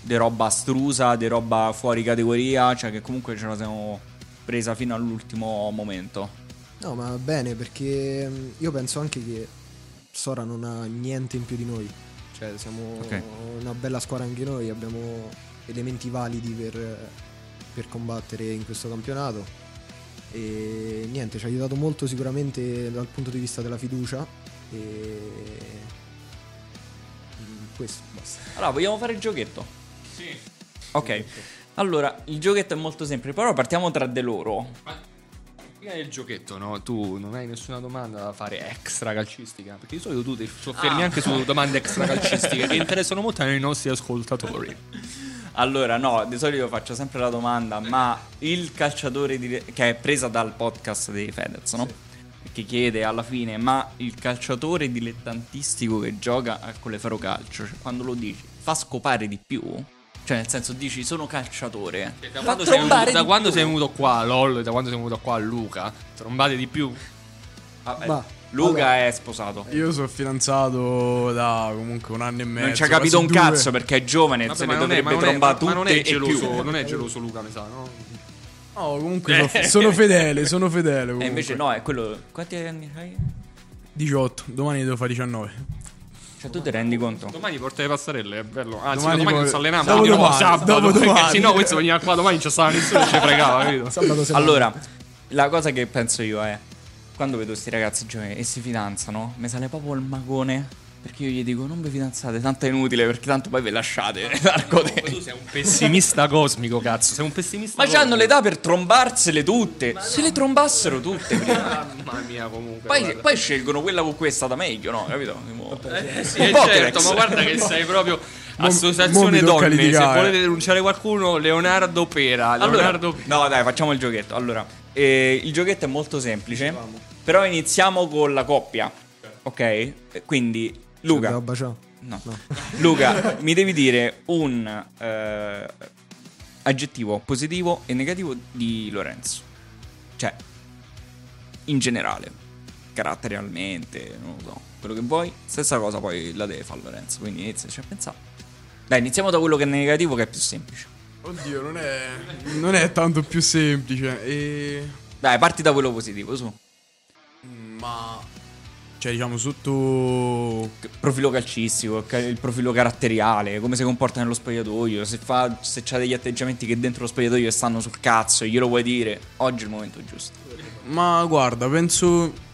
A: di roba astrusa, di roba fuori categoria, cioè che comunque ce la siamo presa fino all'ultimo momento.
D: No, ma bene, perché mh, io penso anche che Sora non ha niente in più di noi. Cioè, siamo
A: Ok.
D: una bella squadra anche noi, abbiamo elementi validi per, per combattere in questo campionato. E niente, ci ha aiutato molto sicuramente dal punto di vista della fiducia. E mm, questo basta.
A: Allora, vogliamo fare il giochetto? Sì. Ok. Allora, il giochetto è molto semplice, però partiamo tra di loro.
B: Prima del giochetto, no? Tu non hai nessuna domanda da fare extra calcistica? Perché di solito tu ti soffermi anche su domande extra calcistiche che interessano molto ai nostri ascoltatori.
A: Allora, no, di solito faccio sempre la domanda, ma il calciatore di- che è presa dal podcast di Fedez, no? Che chiede alla fine, ma il calciatore dilettantistico che gioca a Colefero Calcio, cioè, quando lo dici, fa scopare di più? Cioè, nel senso, dici, sono calciatore.
B: Da
A: fa
B: Cioè, quando, sei venuto,
A: trombare
B: da
A: di
B: quando
A: più.
B: sei venuto qua, LOL, da quando sei venuto qua, Luca, trombate di più.
A: Vabbè,
D: Ma,
A: Luca
D: allora-
A: è sposato.
E: Io sono fidanzato da comunque un anno e mezzo.
A: non ci ha capito un
E: quasi due.
A: cazzo perché è giovane,
B: Vabbè,
A: se
B: ma
A: ne
B: non è- ma
A: dovrebbe
B: non è-
A: trombare
B: ma
A: tutte
B: non è
A: e più.
B: geloso, non è geloso Luca, mi sa, no?
A: Eh,
E: No, comunque sono, sono fedele, sono fedele. Comunque.
A: E invece no, è quello... Quanti anni hai?
E: 18, domani devo fare 19.
A: Cioè, tu ti rendi conto?
B: Domani porta le passarelle, è bello. Anzi,
E: Domani
B: domani, non
E: poi-
B: si allenava.
E: Dopo
B: quindi
E: domani,
B: no, sabato,
E: dopo domani.
B: Perché se no questo veniva qua domani ci stava nessuno e ci fregava, capito?
D: Sabato sera.
A: Allora, la cosa che penso io è quando vedo questi ragazzi giovani e si fidanzano, mi sale proprio il magone. Perché io gli dico non vi fidanzate, tanto è inutile, perché tanto poi ve lasciate.
B: Ah,
A: l'arco dei-
B: Tu sei un pessimista cosmico, cazzo. Sei un pessimista
A: Ma c'hanno l'età per trombarsele tutte. Se le trombassero tutte prima.
B: Mamma mia, comunque.
A: Poi, poi scelgono quella con cui è stata meglio, no? Capito? Tipo-
B: Sì,
A: Un
B: eh,
A: Pokédex.
B: certo, ma guarda che sei proprio
E: mo mi
B: associazione
E: tocca
B: donne. Se
E: litigare.
B: volete denunciare qualcuno, Leonardo Pera.
A: Allora,
B: Leonardo Pera.
A: no, dai, facciamo il giochetto. Allora, eh, il giochetto è molto semplice. Però iniziamo con la coppia. Ok? Eh, Quindi, Luca.
D: Abbiamo baciato.
A: No. Luca, mi devi dire un eh, aggettivo positivo e negativo di Lorenzo. Cioè, in generale, caratterialmente, non lo so, quello che vuoi. Stessa cosa poi la deve fare Lorenzo, quindi iniziaci a pensare. Dai, iniziamo da quello che è negativo, che è più semplice.
E: Oddio, non è, non è tanto più semplice. E...
A: Dai, parti da quello positivo, su.
E: Ma... Cioè, diciamo, sotto...
A: Profilo calcistico, ca- il profilo caratteriale, come si comporta nello spogliatoio, se, fa, se c'ha degli atteggiamenti che dentro lo spogliatoio gli stanno sul cazzo e glielo vuoi dire, oggi è il momento giusto.
E: Ma guarda, penso...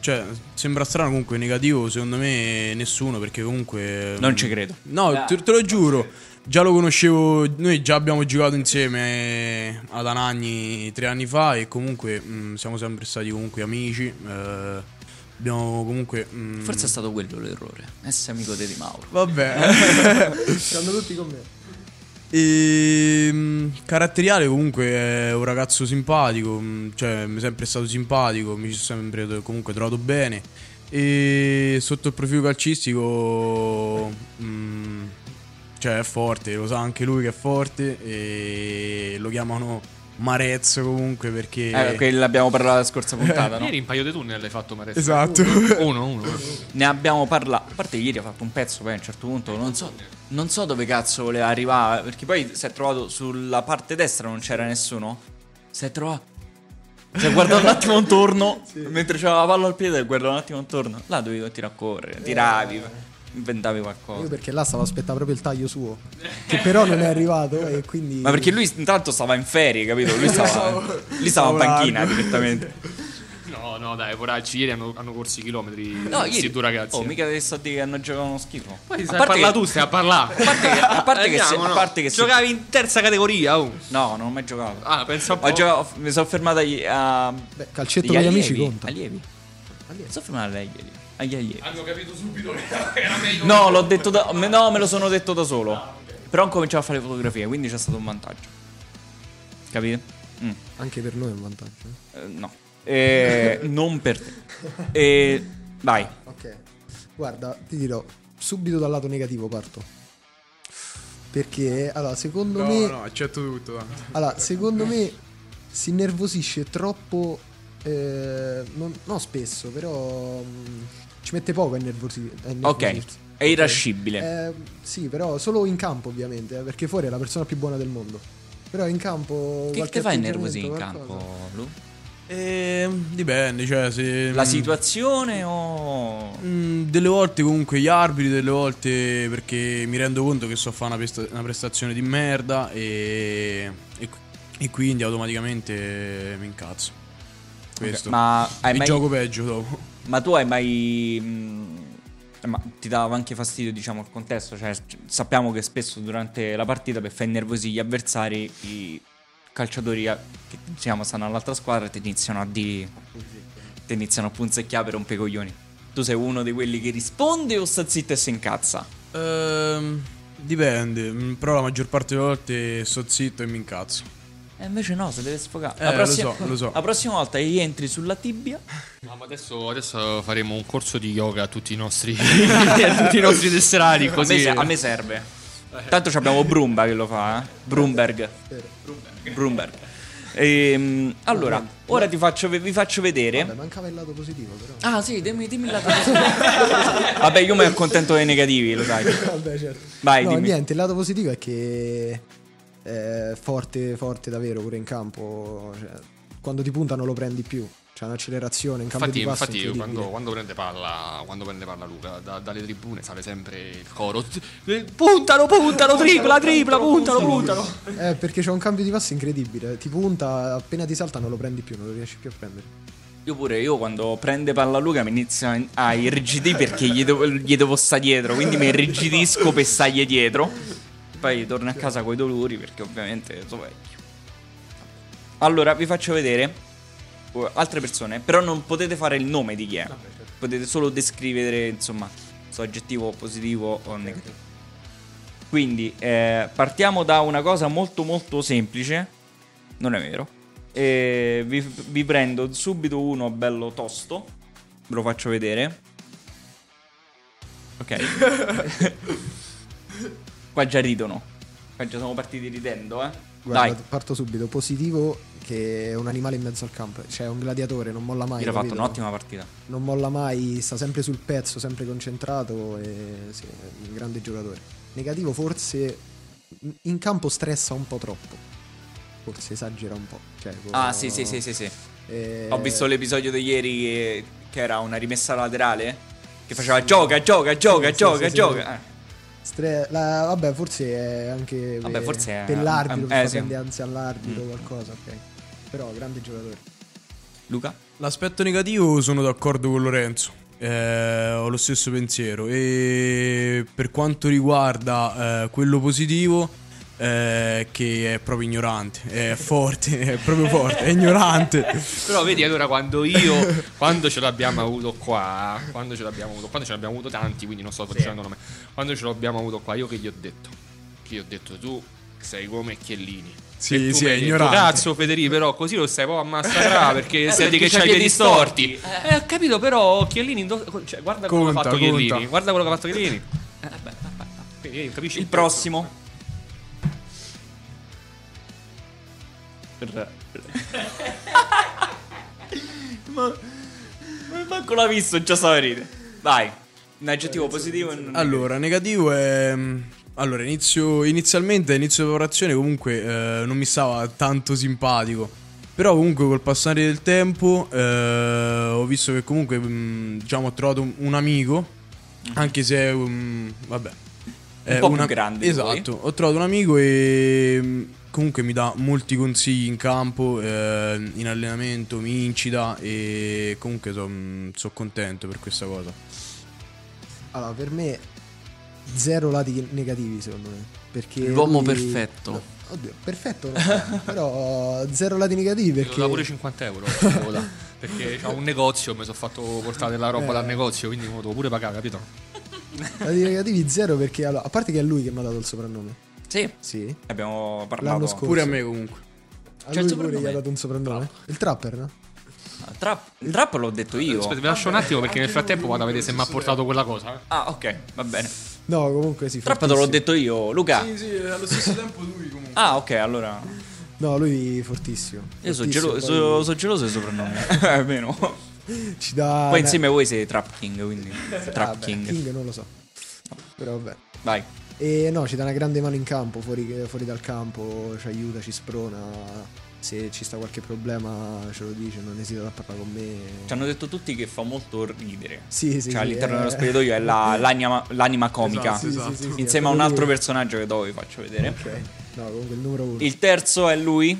E: Cioè, sembra strano comunque negativo, secondo me nessuno, perché comunque...
A: Non ci credo.
E: No, te, te lo giuro. Già lo conoscevo, noi già abbiamo giocato insieme eh, ad Anagni tre anni fa e comunque mh, siamo sempre stati comunque amici. eh, abbiamo comunque... mh,
A: Forse è stato quello l'errore. Essere amico di Di Mauro.
E: Vabbè.
D: Stanno tutti con me.
E: E, mm, caratteriale comunque è un ragazzo simpatico, mm, cioè mi è sempre stato simpatico, mi ci sono sempre to- comunque trovato bene. E sotto il profilo calcistico, mm, cioè è forte, lo sa anche lui che è forte e lo chiamano Marezzo comunque perché...
A: Eh, quello abbiamo parlato la scorsa puntata, no?
B: Ieri in paio di tunnel l'hai fatto, Marezzo.
E: Esatto.
B: Uno, uno.
A: Ne abbiamo parlato. A parte ieri ha fatto un pezzo, poi a un certo punto non so, non so dove cazzo voleva arrivare. Perché poi si è trovato sulla parte destra, non c'era nessuno. Si è trovato. Si è guardato un attimo intorno. Mentre c'era la palla al piede, guardava un attimo intorno. Là dovevi continuare a correre, tiravi, inventavi
D: Io
A: qualcosa.
D: perché là stavo aspettando proprio il taglio suo, che però non è arrivato e quindi...
A: Ma perché lui intanto stava in ferie, capito? Lui stava, lui stava in panchina direttamente.
B: No, no, dai, poracci. Ieri hanno, hanno corso i chilometri.
A: No,
B: questi
A: ieri-
B: due ragazzi.
A: Oh, mica adesso a dire che hanno giocato uno schifo.
B: Poi
A: a
B: sai
A: parte
B: parla
A: che-
B: tu, stai a parlare. A parte
A: che- a parte che se- a parte che se-
B: giocavi in terza categoria. oh.
A: No, non ho mai giocato.
B: Ah, pensa un po'.
A: Ho giocato- mi sono fermato agli, a.
D: Beh, calcetto
A: agli
D: con gli
A: allievi,
D: amici conta.
A: Allievi. Mi sono fermato agli allievi. Agli allievi.
B: Hanno capito subito che era meglio.
A: No, l'ho detto da. me- No, me lo sono detto da solo. Però ho cominciato a fare fotografie, quindi c'è stato un vantaggio. Capite? Mm,
D: Anche per noi è un vantaggio.
A: eh, no. Eh, non per te. Eh, vai.
D: Ok, guarda, ti dirò, subito dal lato negativo parto. Perché, allora, secondo me...
E: accetto tutto. tanto.
D: Allora, secondo me si innervosisce troppo. eh, non, no, spesso, però. mm, ci mette poco a innervosi- a
A: Ok.
D: innervosirsi.
A: È irascibile.
D: Eh, sì, però solo in campo, ovviamente, eh, perché fuori è la persona più buona del mondo. Però in campo.
A: Che
D: qualche
A: ti fa innervosire
D: atteggiamento,
A: in
D: qualcosa.
A: campo, Lu?
E: E, dipende, cioè se...
A: La situazione o.
E: Mm, delle volte comunque gli arbitri, delle volte perché mi rendo conto che so fare una, pesta- una prestazione di merda e, e qui- e quindi automaticamente mi incazzo. Questo.
A: Ma hai
E: Mi
A: mai,
E: gioco peggio dopo.
A: Ma tu hai mai. mh, Ma ti dava anche fastidio, diciamo, il contesto. Cioè, c- sappiamo che spesso durante la partita per far innervosire gli avversari, i calciatori a- che diciamo stanno all'altra squadra ti iniziano a di. ti iniziano a punzecchiare per rompere i coglioni. Tu sei uno di quelli che risponde o sta zitto e si incazza?
E: Ehm, dipende, mm, però la maggior parte delle volte sto zitto e mi incazzo.
A: E Eh, invece no, se deve sfogare.
E: Eh, lo so, lo so.
A: La prossima volta gli entri sulla tibia.
B: No, ma adesso, adesso faremo un corso di yoga a tutti i nostri, a Eh, tutti i nostri tesserati.
A: A me,
B: Così.
A: se- a me serve. Tanto ci abbiamo Brumba che lo fa, eh? Brumberg. Brumberg. Ehm, allora, ora ti faccio, ve- vi faccio
D: Vabbè,
A: vedere.
D: mancava il lato positivo, però.
A: Ah, sì, dimmi, dimmi la Vabbè, io mi accontento dei negativi, lo sai.
D: Vabbè, certo.
A: Vai,
D: no,
A: dimmi.
D: niente, il lato positivo è che eh, è forte, forte davvero pure in campo. cioè, quando ti puntano lo prendi più. Cioè, C'è un'accelerazione in cambio
B: Infatti,
D: di passo
B: infatti io
D: incredibile.
B: quando, quando prende palla, quando prende palla Luca da- dalle tribune sale sempre il coro. "Eh, Puntano, puntano, tripla, tripla, puntano, puntano.
D: Eh, perché c'è un cambio di passo incredibile. Ti punta, appena ti salta non lo prendi più, non lo riesci più a prendere.
A: Io pure, io quando prende palla Luca mi inizio a irrigidire perché gli devo, gli devo sta dietro, quindi mi irrigidisco per stargli dietro. Poi torno a casa coi dolori perché ovviamente sono vecchio. Allora, vi faccio vedere eh, altre persone, però non potete fare il nome di chi è.
D: certo.
A: Potete solo descrivere, insomma, suo aggettivo positivo o negativo. Quindi eh, partiamo da una cosa molto molto semplice. Non è vero. E vi, vi prendo subito uno bello tosto. Ve lo faccio vedere. Ok. Qua già ridono. Qua già siamo partiti ridendo, eh.
D: Guarda,
A: Dai.
D: parto subito. Positivo che è un animale in mezzo al campo. Cioè, è un gladiatore, non molla mai.
A: Io ho fatto
D: capito?
A: un'ottima partita.
D: Non molla mai, sta sempre sul pezzo, sempre concentrato. E sì, è un grande giocatore. Negativo, forse in- in campo stressa un po' troppo. Forse esagera un po'. Cioè,
A: Ah,
D: proprio-
A: sì, sì, sì, sì, sì.
D: Eh,
A: Ho visto l'episodio di ieri che, che era una rimessa laterale. Che faceva gioca, gioca, gioca,
D: Sì, sì,
A: gioca,
D: sì,
A: gioca.
D: sì.
A: Eh.
D: stre- la- vabbè, forse è anche per,
A: Vabbè, forse è-
D: per l'arbitro,
A: eh,
D: per
A: eh, sì. Mm.
D: prende ansia all'arbitro qualcosa, ok. Però grande giocatore.
A: Luca?
E: L'aspetto negativo sono d'accordo con Lorenzo. eh, ho lo stesso pensiero. E per quanto riguarda eh, quello positivo, eh, che è proprio ignorante, è forte, è proprio forte, è ignorante.
B: Però vedi allora quando io quando ce l'abbiamo avuto qua, quando ce l'abbiamo avuto, quando ce l'abbiamo avuto tanti, quindi non sto facendo nome. Quando ce l'abbiamo avuto qua, io che gli ho detto? Che gli ho detto tu sei come Chiellini.
E: Sì,
B: E tu
E: sì,
B: mi
E: è
B: hai detto,
A: Ah,
E: ignorante.
B: Cazzo Federico, però così lo stai proprio a massacrare perché sei di
A: Eh, perché
B: che
A: c'ha
B: c'hai
A: i
B: i
A: piedi
B: piedi
A: storti.
B: storti. Eh, ho capito, però Chiellini indos- cioè, guarda quello che
E: Conta,
B: ha fatto
E: conta.
B: Chiellini, guarda quello che ha fatto Chiellini.
A: Eh,
B: Quindi, eh, capisci
A: Il
B: un cazzo.
A: prossimo. ma, ma manco l'ha visto, già stava a ridere. Vai. Un aggettivo positivo e non-
E: Allora, negativo è. mm, Allora, inizio, inizialmente, inizio lavorazione, comunque eh, non mi stava tanto simpatico. Però comunque col passare del tempo eh, ho visto che comunque mh, diciamo, ho trovato un, un amico, anche se um, vabbè. eh,
A: po' più grande di
E: Esatto, ho trovato un amico e mh, comunque mi dà molti consigli in campo, eh, in allenamento, mi incita e comunque sono contento per questa cosa.
D: Allora, per me zero lati negativi secondo me, perché
F: L'uomo
D: lui-
F: perfetto.
D: No, oddio, perfetto, no, però zero lati negativi
B: Perché... Lo dà pure
D: perché
B: 50 euro lo dà, perché ho un negozio, mi sono fatto portare la roba
D: Eh.
B: dal negozio, quindi mo devo pure pagare, capito?
D: lati negativi zero perché allora, a parte che è lui che mi ha dato il soprannome.
A: Sì.
D: Sì.
A: Abbiamo
D: L'anno
A: parlato.
D: scorso.
E: Pure a me comunque.
D: A
A: C'è il
D: lui pure gli ha
A: soprannome?
D: dato un soprannome. Il trapper, no?
A: Ah, Trap, il trap l'ho detto io.
B: Aspetta, vi lascio un attimo perché nel frattempo vado a vedere se mi ha portato quella cosa. eh.
A: Ah, ok, va bene.
D: No, comunque sì.
A: Trap te l'ho
D: fortissimo.
A: detto io, Luca.
E: sì, allo stesso tempo lui comunque.
A: Ah, ok, allora.
D: No, lui fortissimo.
A: Io sono
D: fortissimo,
A: gelo-
D: poi
A: so- so geloso dei soprannomi. Almeno.
D: ci dà
A: Poi
D: una-
A: insieme a voi siete Trap King, quindi. Trap
D: vabbè,
A: King.
D: non lo so. Però vabbè.
A: Vai.
D: E no, ci dà una grande mano in campo, fuori, fuori dal campo, ci aiuta, ci sprona. Se ci sta qualche problema ce lo dice, non esita a parlare con me.
A: Ci hanno detto tutti che fa molto ridere.
D: sì, sì,
A: cioè,
D: sì,
A: all'interno
D: eh.
A: dello spogliatoio è la- l'anima, l'anima comica.
E: Esatto, esatto.
D: Sì, sì, sì,
A: Insieme a
D: è
A: un
D: proprio
A: altro
D: lui.
A: personaggio che dopo vi faccio vedere.
D: Ok. No, comunque il numero uno.
A: Il terzo è lui.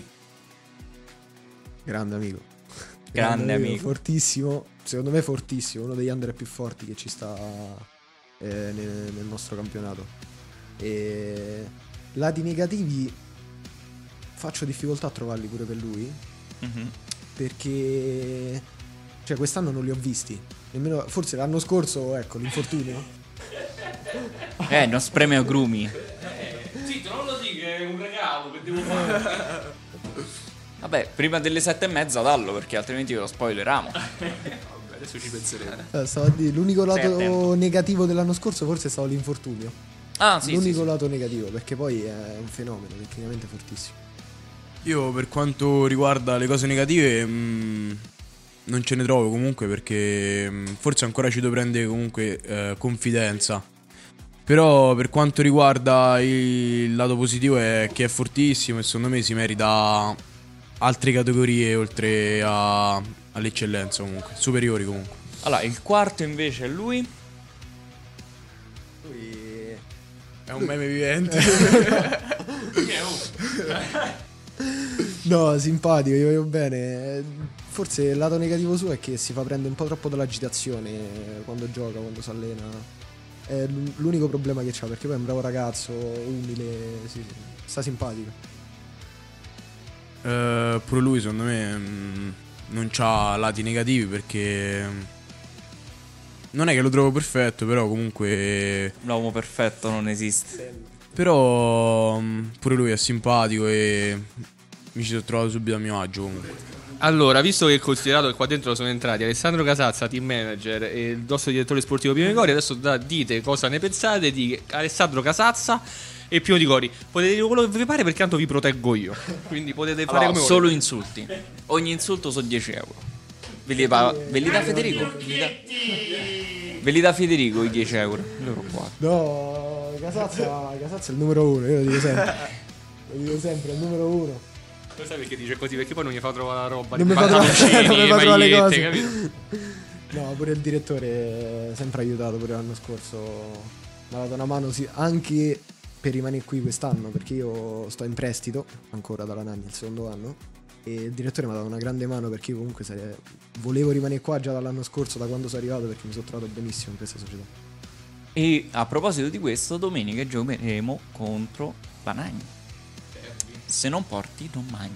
D: Grande amico.
A: Grande amico.
D: Fortissimo. Secondo me fortissimo. Uno degli under più forti che ci sta eh, nel, nel nostro campionato. E lati negativi faccio difficoltà a trovarli pure per lui.
A: Mhm.
D: Perché cioè quest'anno non li ho visti. Nemmeno, forse l'anno scorso, ecco, l'infortunio.
A: Eh, non spreme agrumi.
B: Zitto, non lo dico, è un regalo che devo fare.
A: Vabbè, prima delle sette e mezza dallo, perché altrimenti ve lo spoileriamo.
B: Adesso ci penseremo.
D: Eh, stavo a dire, l'unico
A: Stai attento.
D: lato negativo dell'anno scorso forse è stato l'infortunio.
A: Ah, sì, sì,
D: l'unico
A: sì.
D: lato negativo, perché poi è un fenomeno tecnicamente fortissimo.
E: Io per quanto riguarda le cose negative mh, non ce ne trovo comunque perché mh, forse ancora ci devo prendere comunque eh, confidenza. Però per quanto riguarda il lato positivo è che è fortissimo e secondo me si merita altre categorie oltre a- all'eccellenza comunque, superiori comunque.
A: Allora, il quarto invece è lui.
D: Lui
E: È un meme vivente.
D: No, simpatico, gli voglio bene. Forse il lato negativo suo è che si fa prendere un po' troppo dall'agitazione eh, quando gioca, quando si allena. È l- l'unico problema che c'ha, perché poi è un bravo ragazzo, umile, sì, sì, sta simpatico.
E: Eh, pure lui secondo me mh, non ha lati negativi perché mh, non è che lo trovo perfetto, però comunque
A: L'uomo perfetto non esiste.
E: però mh, pure lui è simpatico e mi ci sono trovato subito a mio agio comunque.
B: Allora, visto che considerato che qua dentro sono entrati Alessandro Casazza, team manager e il nostro direttore sportivo Pino Di Gori, adesso da- dite cosa ne pensate di Alessandro Casazza e Pino Di Gori. Potete dire quello che vi pare perché tanto vi proteggo io. Quindi potete fare
A: Allora,
B: come
A: solo insulti. Ogni insulto sono 10 euro. Ve li, pa- ve li dà Federico? Ve li dà, ve li dà Federico i 10 euro. Loro qua.
D: No, Casazza, Casazza è il numero uno, io lo dico sempre. lo dico sempre, è il numero uno.
B: volete. Lo sai perché dice così? Perché poi non gli fa trovare la roba.
D: Non
B: di
D: mi fa trovare-
B: pantaloncini,
D: non mi fa trovare le
B: magliette,
D: cose.
B: capito?
D: No, pure il direttore eh, sempre aiutato pure l'anno scorso. Mi ha dato una mano sì, anche per rimanere qui quest'anno, perché io sto in prestito ancora dalla Nanni il secondo anno. E il direttore mi ha dato una grande mano perché io comunque sare- volevo rimanere qua già dall'anno scorso, da quando sono arrivato, perché mi sono trovato benissimo in questa società.
A: E a proposito di questo, domenica giocheremo contro Banagni. Se non porti, non mangi.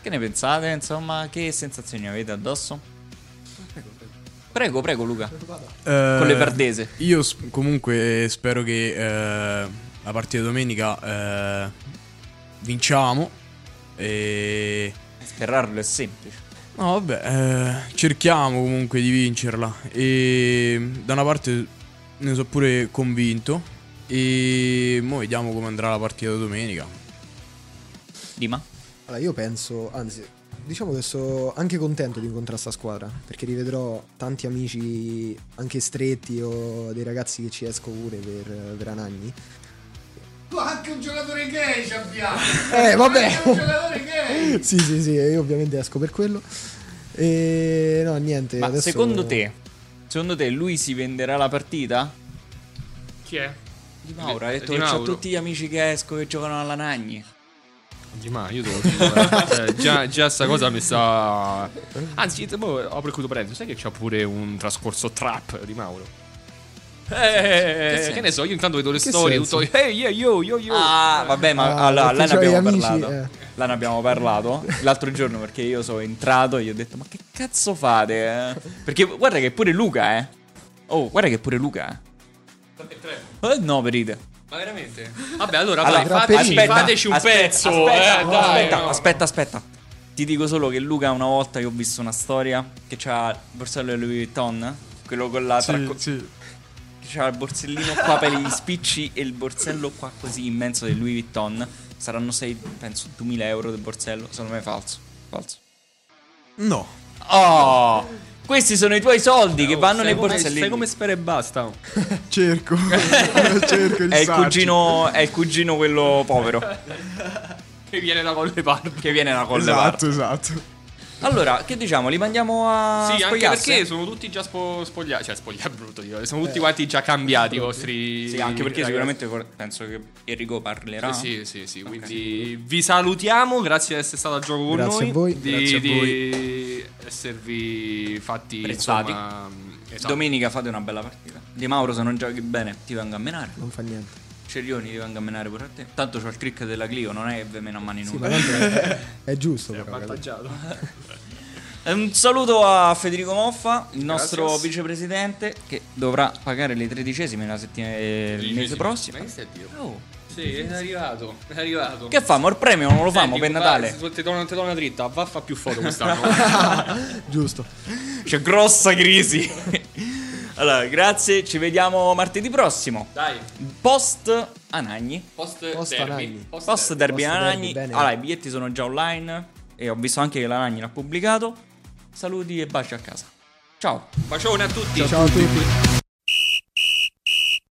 A: Che ne pensate? Insomma, che sensazioni avete addosso? Prego, prego, Luca. Con le verdese.
E: Eh, Io sp- comunque spero che eh, la partita domenica eh, vinciamo. E...
A: Sperarlo è semplice.
E: No, vabbè, eh, cerchiamo comunque di vincerla. E da una parte ne sono pure convinto. E mo vediamo come andrà la partita domenica.
A: Dima?
D: Allora, io penso, anzi, diciamo che sono anche contento di incontrare sta squadra, perché rivedrò tanti amici anche stretti o dei ragazzi che ci esco pure per, per Anagni.
F: Anche un giocatore gay ci abbiamo!
D: Eh, vabbè.
F: Anche un giocatore gay!
D: sì, sì, sì, io ovviamente esco per quello. E no, niente.
A: Ma
D: adesso-
A: secondo te, secondo te lui si venderà la partita?
B: Chi è?
A: Di Mauro ha detto
B: Di
A: che c'ho
B: Mauro.
A: tutti gli amici che esco che giocano alla Nagni.
B: Di ma io te lo dico, eh. Cioè, già, già sta cosa mi sta. Anzi, mo apro il chiudo parentesi, sai che c'ha pure un trascorso trap di Mauro. Eh, che,
A: senso?
B: ne so, io intanto vedo le
D: Che
B: storie,
D: senso?
B: tutto. Hey, yeah, yo, yo, yo.
A: Ah, vabbè, ma
D: Ah,
A: allora, là ne
D: perché c'ho
A: abbiamo
D: gli amici,
A: parlato.
D: eh.
A: Là ne abbiamo parlato l'altro giorno perché io sono entrato e gli ho detto "Ma che cazzo fate?" eh?" Perché guarda che pure Luca, eh. Oh, guarda che pure Luca, eh. Eh, no, perite.
B: Ma veramente? Vabbè, allora,
D: Allora,
B: dai, fateci,
D: aspetta,
B: fateci un
A: aspetta,
B: pezzo.
A: Aspetta,
B: eh, dai,
A: aspetta,
B: no.
A: aspetta, aspetta. Ti dico solo che Luca una volta io ho visto una storia che c'ha il borsello di Louis Vuitton, quello con la tracco- che c'ha il borsellino qua per gli spicci e il borsello qua così immenso del Louis Vuitton. Saranno 6, penso, 2000 euro del borsello. Secondo me è falso. Falso.
E: No.
A: Oh! Questi sono i tuoi soldi che vanno
B: Sai
A: nei
B: Oh, come-
A: borsellini.
B: Sai come spera e basta.
E: Cerco. Cerco
A: è, il cugino, è il cugino quello povero
B: Che viene da quelle parti.
A: che viene da colle
E: esatto.
A: Allora, che diciamo? Li mandiamo a
B: Sì, anche
A: spogliarsi?
B: perché sono tutti già spo- spogliati. Cioè, spogliati è brutto. dire, Sono tutti quanti già cambiati i vostri.
A: Sì, anche perché
B: ragazzi.
A: sicuramente cor- penso che Enrico parlerà.
B: Eh Sì, sì, sì. Quindi vi salutiamo. Grazie di essere stato al gioco con
D: Grazie
B: noi.
D: a voi.
B: Di,
E: Grazie a
B: di
E: voi.
B: esservi fatti
A: Apprezzati.
B: insomma, esatto.
A: Domenica fate una bella partita. Di Mauro, se non giochi bene, ti vengo a menare.
D: Non fa niente.
A: Cerioni, ti vengo a menare pure a te. Tanto c'ho il trick della Clio, non è che ve meno a mani
D: Sì, ma
A: nude.
D: tanto è, è giusto. però, ragazzi.
B: Avvantaggiato.
A: Eh, Un saluto a Federico Moffa, il nostro
B: Gracias.
A: vicepresidente, che dovrà pagare le tredicesime la settimana il mese prossimo.
B: Ma che stai a dire?
A: Oh.
B: Sì, è arrivato. È arrivato.
A: Che famo? Il premio non lo famo per Natale?
B: Ti do una ti do una dritta. Va a fa più foto quest'anno.
D: Giusto.
A: C'è grossa crisi. allora, grazie, ci vediamo martedì prossimo.
B: Dai,
A: Post Anagni.
B: post,
D: Post
B: derby.
D: Anagni.
B: Post,
A: Post
B: derby.
A: derby
D: Post derby,
A: Anagni.
D: bene.
A: Allora, i biglietti sono già online e ho visto anche che la Anagni l'ha pubblicato. Saluti e baci a casa. Ciao.
B: Bacione a tutti.
D: Ciao a tutti.